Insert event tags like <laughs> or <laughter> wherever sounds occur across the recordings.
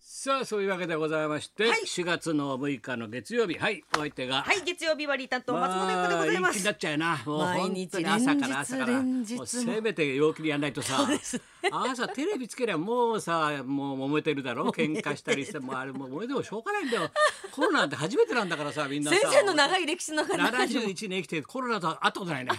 さあそういうわけでございまして、はい4月の6日の月曜日はいお相手がはい、月曜日割り担当松本優子でございまあ、陰気にす。なっちゃうな。もう毎本日当に朝から連朝日から。連日もうせめて陽気にやらないとさ。朝テレビつけりゃもうさ、もう揉めてるだろ。喧嘩したりして、もうあれもう揉めてもしょうがないんだよ。コロナなんて初めてなんだからさ、みんなさ。先生の長い歴史の中に。七十一年生きてコロナと会ったことないね。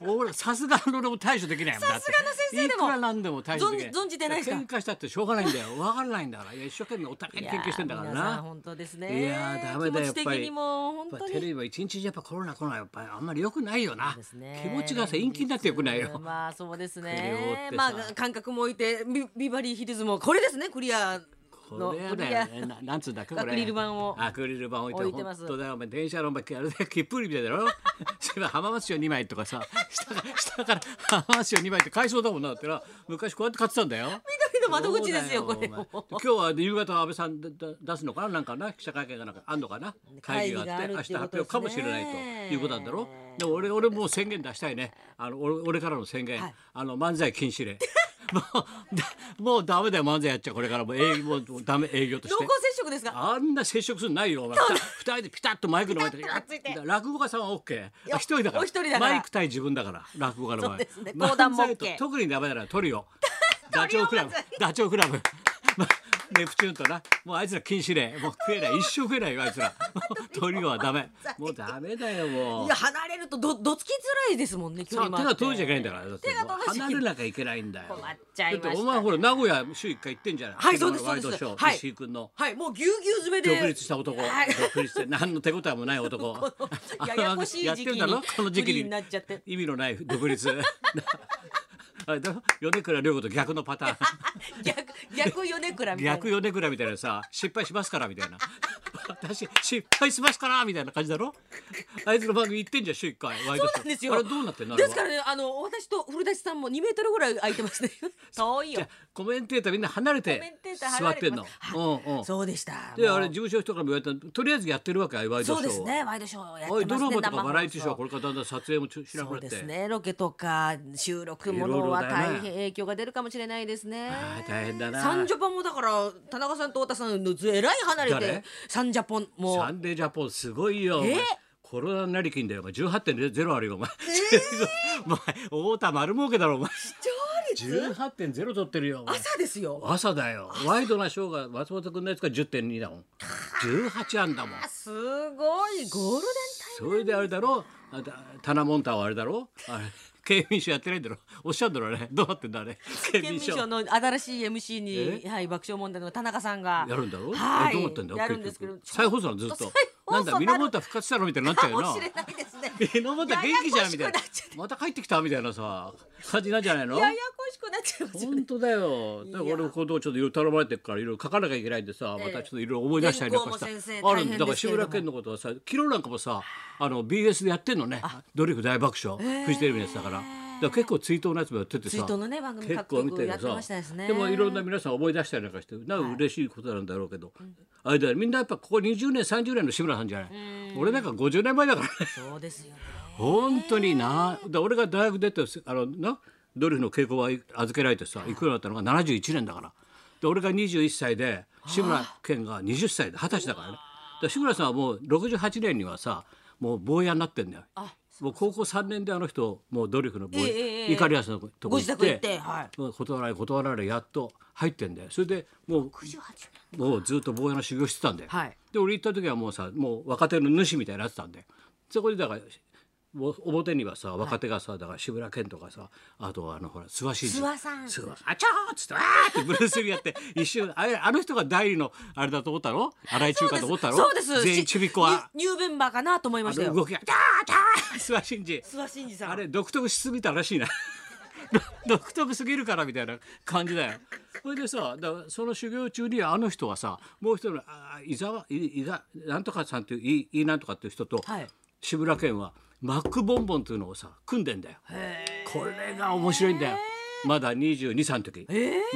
俺さすがの俺も対処できないもんだってさすがの先生でもいくらなんでも対処できない存存じてないですか喧嘩したってしょうがないんだよわからないんだからいや一生懸命お互い研究してんだからいやー皆さんな本当ですいね。やーダメだよ気持ち的にもや本っぱ当テレに。ビは一日中やっぱコロナコロナやっぱりあんまり良くないよな、ですね気持ちがさ陰気になって良くないよ、まあそうですこれをっねて。まさあ感覚も置いてビビバリーヒルズもこれですねクリアのこれやだよねななんつうんだっけこれアクリル板をアクリル板置いて置いてます本当だよお前電車のお前あれだよ切符売りみたいだろそういえば浜松町2枚とかさ下から下から浜松町2枚って買いそうだもんなだってな昔こうやって買ってたんだよ緑の窓口ですよそうこだれお前も。今日は夕方安倍さんでだ出すのかななんかな記者会見がなんかあんのかな会議があって会議が明あるっ日ていう発こと表かもしれないですねということなんだろでも俺俺もう宣言出したいねあの俺俺からの宣言、はいあの漫才禁止令もうだもうダメだよ漫才やっちゃうこれからもう営業もうダメ営業とし濃て厚。接触ですか。あんな接触するのないよお前二人でピタッとマイクの前でピタッとくっついてやっ落語家さんは OK や一人だからお一人だからマイク対自分だから落語家の場合そうですね講談も OK 漫才と特にダメなのはトリオ <laughs> ダチョウクラブトリオ漫才ダチョウクラブまネプチューンとなもうあいつら禁止令もう食えない一生食えないよあいつらもうトリオはダ <laughs> メもうダメだよもういや離れるとどどつきづらいですもんね。距さ離あも手あがって遠いじゃいけないんだからだって手が遠いし離れなきゃいけないんだよ困っちゃいましただってお前ほら名古屋週一回行ってんじゃないはいそうですワイドシそョうですはーい石井君のはいもうぎゅうぎゅう詰めで。独立した男、はい <laughs> 独立して何の手応えもない男ややこしいや時ってる期にだろこの時不利期にになっちゃって。意味のない独立 <laughs> あれだろ米倉涼子と逆のパターン逆逆米倉みたいな。逆米倉みたいなさ失敗しますからみたいな私失敗しますからみたいな感じだろあいつの番組行ってんじゃん週一回ワイそドうショーなんですよ。あれどうなってんのあれはですからね、あの私と古舘さんも2メートルぐらい空いてます <laughs> ね。遠いよ。コメンテーターみんな離れコてメンテーター座離っれててんのますうんうん <laughs> そうでした。でもうあれ事務所の人からも言われたとりあえずやってるわけああいうワイドそショうーをですね。ワイドショーをやっておいますね。ドラマと生か放送バラエティショーはこれからだんだん撮影もちしなくなそっうてですね。ロケとか収録ものはいろいろだよね大変影響が出るかもしれないですねあ。ー大変だなサンジャポンもだから田中さんと太田さんのずえらい離れ誰てサンジャポンもサンデージャポンすごいよ。お前えコロナなりきんだよ。お前18.0あるよ。お前。 <laughs> お前太田丸儲けだろ。お前。調理18.0取ってるよ。お前朝ですよ。朝だよ。ワイドなショーが松本君のやつが10.2だもん。18あんだもん。すごいゴールデンそれであれだろ。あたタナモンタはあれだろ。あれ。県民賞やってないんだろ。おっしゃるんだろうね。どうなってんだあれ。 <laughs> タイム。県民賞の新しい MC に、はい、爆笑問題の田中さんがやるんだろ。はいえどうなってんだよ。やるんですけど結局再放送なのずっと再。放送なんだ、ミなノるモンタ復活したのみたいになっちゃうよ <laughs> かなもし。れないですね。えのまた元気じゃんみたいなややこしくっちゃってまた帰ってきたみたいなさ感じなんじゃないのややこしくなっちゃいますよね。本当だよだからいや俺今度ちょっといろいろ頼まれてるからいろいろ書かなきゃいけないんでさ、えまえたちょっといろいろ思い出したりなんかした原稿も先あ生るん大変だですだから志けれど村もけんのことはさ昨日なんかもさあの BS でやってんのねドリフ大爆笑、フジテレビのやつだからだから結構追悼のやつもやっててさ追悼のね番組結構見てる各局やってましたでさすねでもいろんな皆さん思い出したりなんかしてなんか嬉しいことなんだろうけど、あれだよみんなやっぱここ20年30年の志村さんじゃない俺なんか50年前だからねそうですよね。本当になだ俺が大学出てあのなドリフの稽古場へ預けられてさ行くようになったのが71年だからで俺が21歳で志村けんが20歳で二十歳だからねだから志村さんはもう68年にはさもう坊やになってんだよもう高校3年であの人もうドリフの坊や、ええええええイカリアスのとこご自行っ宅行てって、はい。もう断られ断られやっと入ってんだよそれでもう九十八。もうずっと坊やの修行してたんだよ、はいで俺行った時はもうさもう若手の主みたいになってたんでそこでだからもう表にはさ若手がさだから志村けんとかさあとあのほら諏訪真司諏訪さん諏訪あちゃーっつってわーってブルース・リーやって一瞬あれあの人が第二のあれだと思ったろ新井中華と思ったろそうです。全員ちびっこはニュニューメンバーかなと思いまあしたのよ。動きが「あちゃーちゃー」諏訪真司諏訪真司さん。あれ独特しすぎたらしいな <laughs> 独特すぎるからみたいな感じだよそれでさだからその修行中にあの人はさもう一人のあ伊沢い伊沢なんとかさんっていういいなんとかっていう人と、はい志村けんはマックボンボンっていうのをさ組んでんだよこれが面白いんだよまだ22歳の時、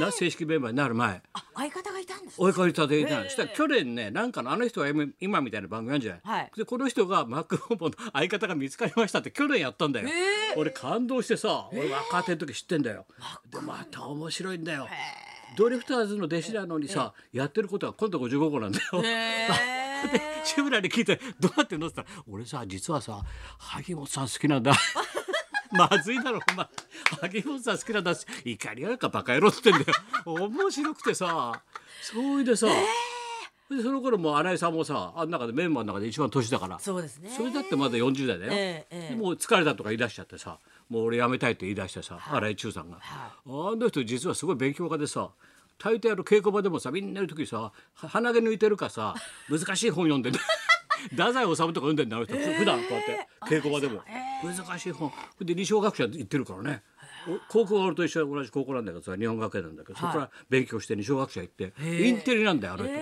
な正式メンバーになる前あ相方がいたんです。追いかけたでいたのそしたら去年ねなんかのあの人は M 今みたいな番組なんじゃない、はいでこの人がマックボンボンの相方が見つかりましたって去年やったんだよ、俺感動してさ俺若手の時知ってんだよ、でまた面白いんだよ、ドリフターズの弟子なのにさ、やってることは今度55個なんだよ。へ <laughs> え。志村に聞いてどうやって乗ってたら「俺さ実はさ萩本さん好きなんだ」まずいだろお前萩本さん好きなんだし怒りあるかバカ野郎っつってんだよ面白くてさそういでさ、でその頃もう新井さんもさあん中でメンバーの中で一番年だからそ,、そうですね。れだってまだ40代だよ、ええええもう疲れたとか言い出しちゃってさもう俺辞めたいって言い出してさ、新井中さんが、あの人実はすごい勉強家でさ大抵あの稽古場でもさみんなの時さは鼻毛抜いてるか <laughs> さ難しい本読んでる太宰治とか読んでんだあの人、普段こうやって稽古場でも、難しい本で二小学者行ってるからねお高校が俺と一緒同じ高校なんだけどさ日本学園なんだけど、そこから勉強して二小学者行ってインテリなんだよあの人。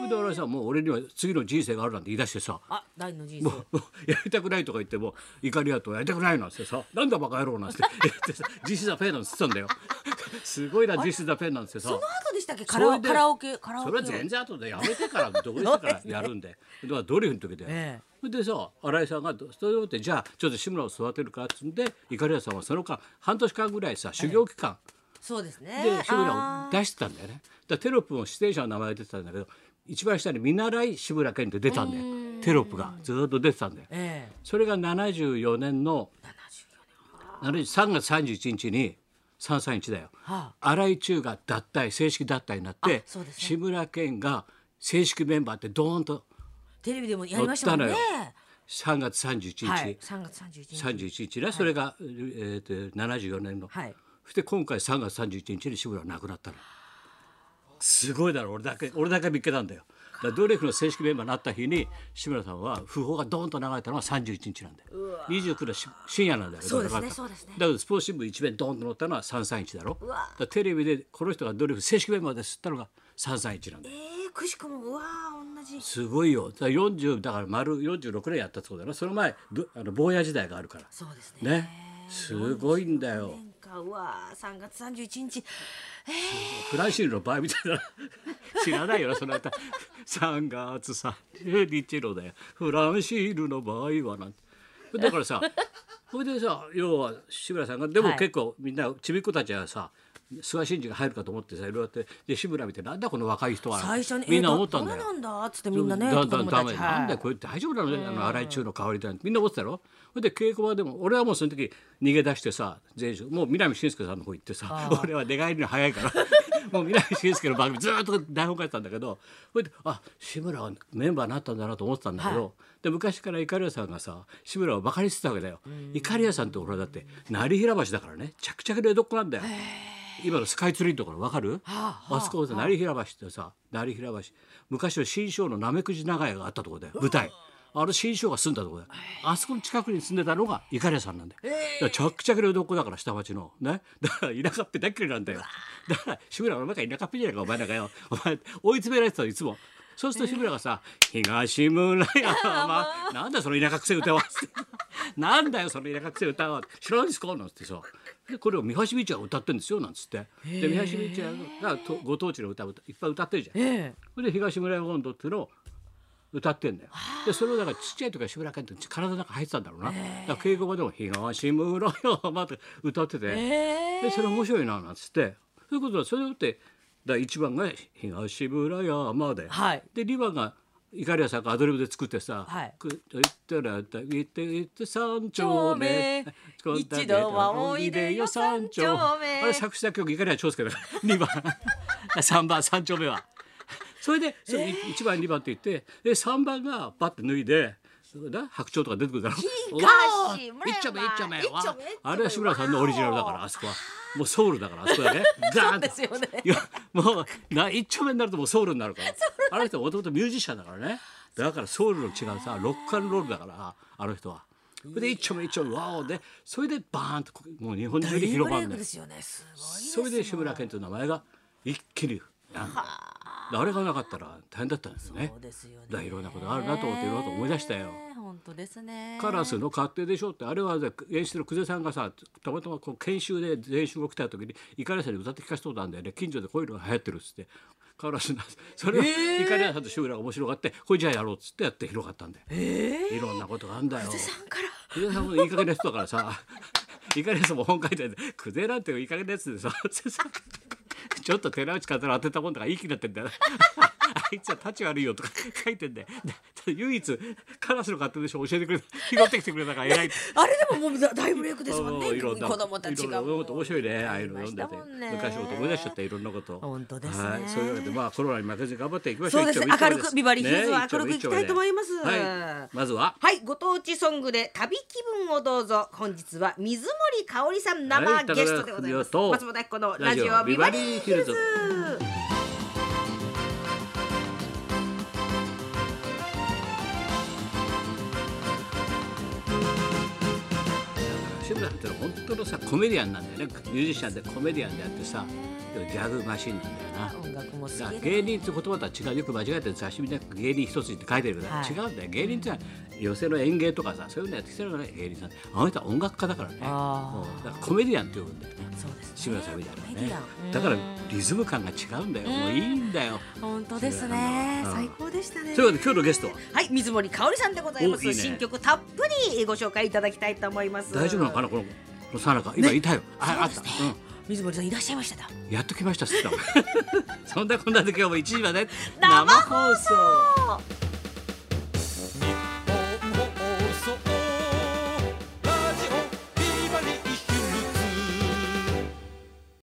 それで俺さもう俺には次の人生があるなんて言い出してさあ、第二の人生。も <laughs> うやりたくないとか言っても怒りやとやりたくないなんてさなんだバカ野郎なんて言 <laughs> ってさ「実施だペン」なんて言ってたんだよ <laughs> すごいな実施だペンなんてさその後でしたっけ？そカれラオでカラオケカラオケ。それは全然後でやめてからどこしてからやるん <laughs> でだからドリフの時で、ええそれでさ新井さんが「それをってじゃあちょっと志村を育てるか」っつんで怒りやさんはその間半年間ぐらいさ修行期間、そうですね。で志村あをー出してたんだよね。だからテロップも出演者の名前が出てたんだけど一番下に「見習い志村けん」って出たんだよテロップがずーっと出てたんだよ。ええ。それが74年の3月31日に331だよ、は新井中が脱退正式脱退になってあ、そうですね志村けんが正式メンバーってドーンとテレビでもやりましたもんね乗っ。3月31日、はい。三月三十一日。 31日ね、それが、えー、と74年の、はい。そして今回3月31日に志村は亡くなったのすごいだろ俺だけ俺だけ見っけたんだよだからドリフの正式メンバーになった日に志村さんは訃報がドーンと流れたのが31日なんだよ29のし深夜なんだよそうですだねからそうですねだけどスポーツ新聞一面ドーンと載ったのは331だろだわからテレビでこの人がドリフ正式メンバーですって言ったのが331なんだよええ、くしくもうわー同じ。すごいよだから40だから丸46年やったってことだなその前ぶあの坊や時代があるからそうですね。ねすごいんだよなんかうわー3月31日フランシールの場合みたいな <laughs> 知らないよなその歌3月30日のだよフランシールの場合はなんてだからさそれでさ要は志村さんがでもはい結構みんなちびっ子たちはさ菅真司が入るかと思ってさいろいろやってで志村見てなんだこの若い人は最初にみんな思ったんだえよどれなんだっつってみんなねだ子だ供ダたメちなんだはよこれ大丈夫なのねあの荒井中の香りだなんてみんな思ってたろそれで稽古場でも俺はもうその時逃げ出してさ全員もう南信介さんの方行ってさ <laughs> 俺は寝返りの早い <laughs> からもう南信介の番組ずーっと台本書いてたんだけどそれであ志村はメンバーになったんだなと思ってたんだけど、で昔からいかりやさんがさ志村をバカにしてたわけだよいかりやさんって俺はだって成平橋だからね着々の江戸っ子なんだよ。今のスカイツリーのところわかる、あそこで成平橋ってさ成平橋昔は新庄のなめくじ長屋があったところで舞台あの新庄が住んだところであそこの近くに住んでたのがいかりやさんなんだよ、だから着々の江戸っ子だから下町のね <laughs> だから田舎っぺだっけりなんだよだから志村はお前が田舎っぺじゃないかお前なんかよお前追い詰められてたのいつもそうすると志村がさ「東村 <laughs> 山」なんだよその田舎くせえ歌は」つって「なんだよその田舎くせえ歌は」知らないですか?」なんつってさでこれを三橋美智也が歌ってるんですよなんつってで三橋美智也がとご当地の歌を歌いっぱい歌ってるじゃん。ええそれで東村山音頭っていうのを歌ってんだよ。でそれをだからちっちゃい時から志村けんって体の中入ってたんだろうな。だから稽古場でも「東村山」って歌ってて。ええでそれ面白いななんつってそういうことはそれだってだ1番が東村山で、はいで2番がいかりやさんがアドリブで作ってさはいくと言ったらだ言って言って三丁目丁目一度はおいでよ三丁目あれ作詞作曲いかりや長介だから2 <laughs> 番3番三丁目はそれでそれ1番2番って言ってで3番がパッて脱いでな白鳥とか出てくるだろ一丁目一丁目東村山一丁目わ一丁目あれは志村さんのオリジナルだからあそこはもうソウルだからあそこ <laughs> だねガーンとそうですよねいやもうな一丁目になるともうソウルになるからあの人はもともとミュージシャンだからねだからソウルの違うさロックアンドロールだからあの人は。それで一丁目一丁目わおでそれでバーンとこもう日本中ブにレイ広まるクねですよねすごいですそれで志村けんという名前が一気になんだあれがなかったら大変だったんですよねそうですよねだからいろんなことあるなと思っていろいろと思い出したよ。本当ですねカラスの勝手でしょってあれはね演出の久世さんがさたまたまこう研修で練習が来た時にイカリアさんに歌って聞かせそうなんだよね近所でこういうのが流行ってるっつってカラスなそれをイカリアさんと志村が面白がってこれじゃあやろうっつってやって広がったんだよ、いろんなことがあんだよ久世さんからさんもいい加減な人だからさイカリアさんも本書いてあるんで久世なんていい加減なやつでさちちょっと寺内監督当てたもんだからいい気になってんだよあいつは立ち悪いよとか書いてんだよで唯一カラスの勝手でしょ教えてくれた拾ってきてくれたから偉いあれでももうだ大ブレイクですもんねいろんな子供たちがいろんなこと面白いねああいうの読んでありましたもんてね昔のこと思い出しちゃったいろんなこと本当ですねはい、そういうわけでまあコロナに負けずに頑張っていきましょそううです一丁目一丁目明るくビバリーヒルズは明るくいきたいと思います一丁目一丁目はい、まずははいご当地ソングで旅気分をどうぞ本日は水森かおりさんは生いゲストでございます、高田松文夫と本明子のラジオビバリーヒルズラジ志村さんってのは本当のさコメディアンなんだよねミュージシャンでコメディアンであってさでもギャグマシンなんだよな音楽も好きだからで芸人って言葉とは違うよく間違えて雑誌みたいな芸人一つって書いてるけど、はい違うんだよ芸人ってのは寄席の演芸とかさそういうのやってきてるからね芸人さんあの人は音楽家だからねあうんだからコメディアンって呼ぶんだよねそうですね志村さんみたいなのコメデねィアンだからうんリズム感が違うんだよもういいんだよ本当ですねうん最高でしたねというわけで今日のゲストははい水森かおりさんでございますおいいね新曲たっぷりご紹介いただきたいと思います大丈夫なのかなこのこのさなか今いたよ、ああった、水森さんいらっしゃいましただうん、やっと <laughs> 来ましたっつったもんそんなこんなで今日も1時まで生生放送そう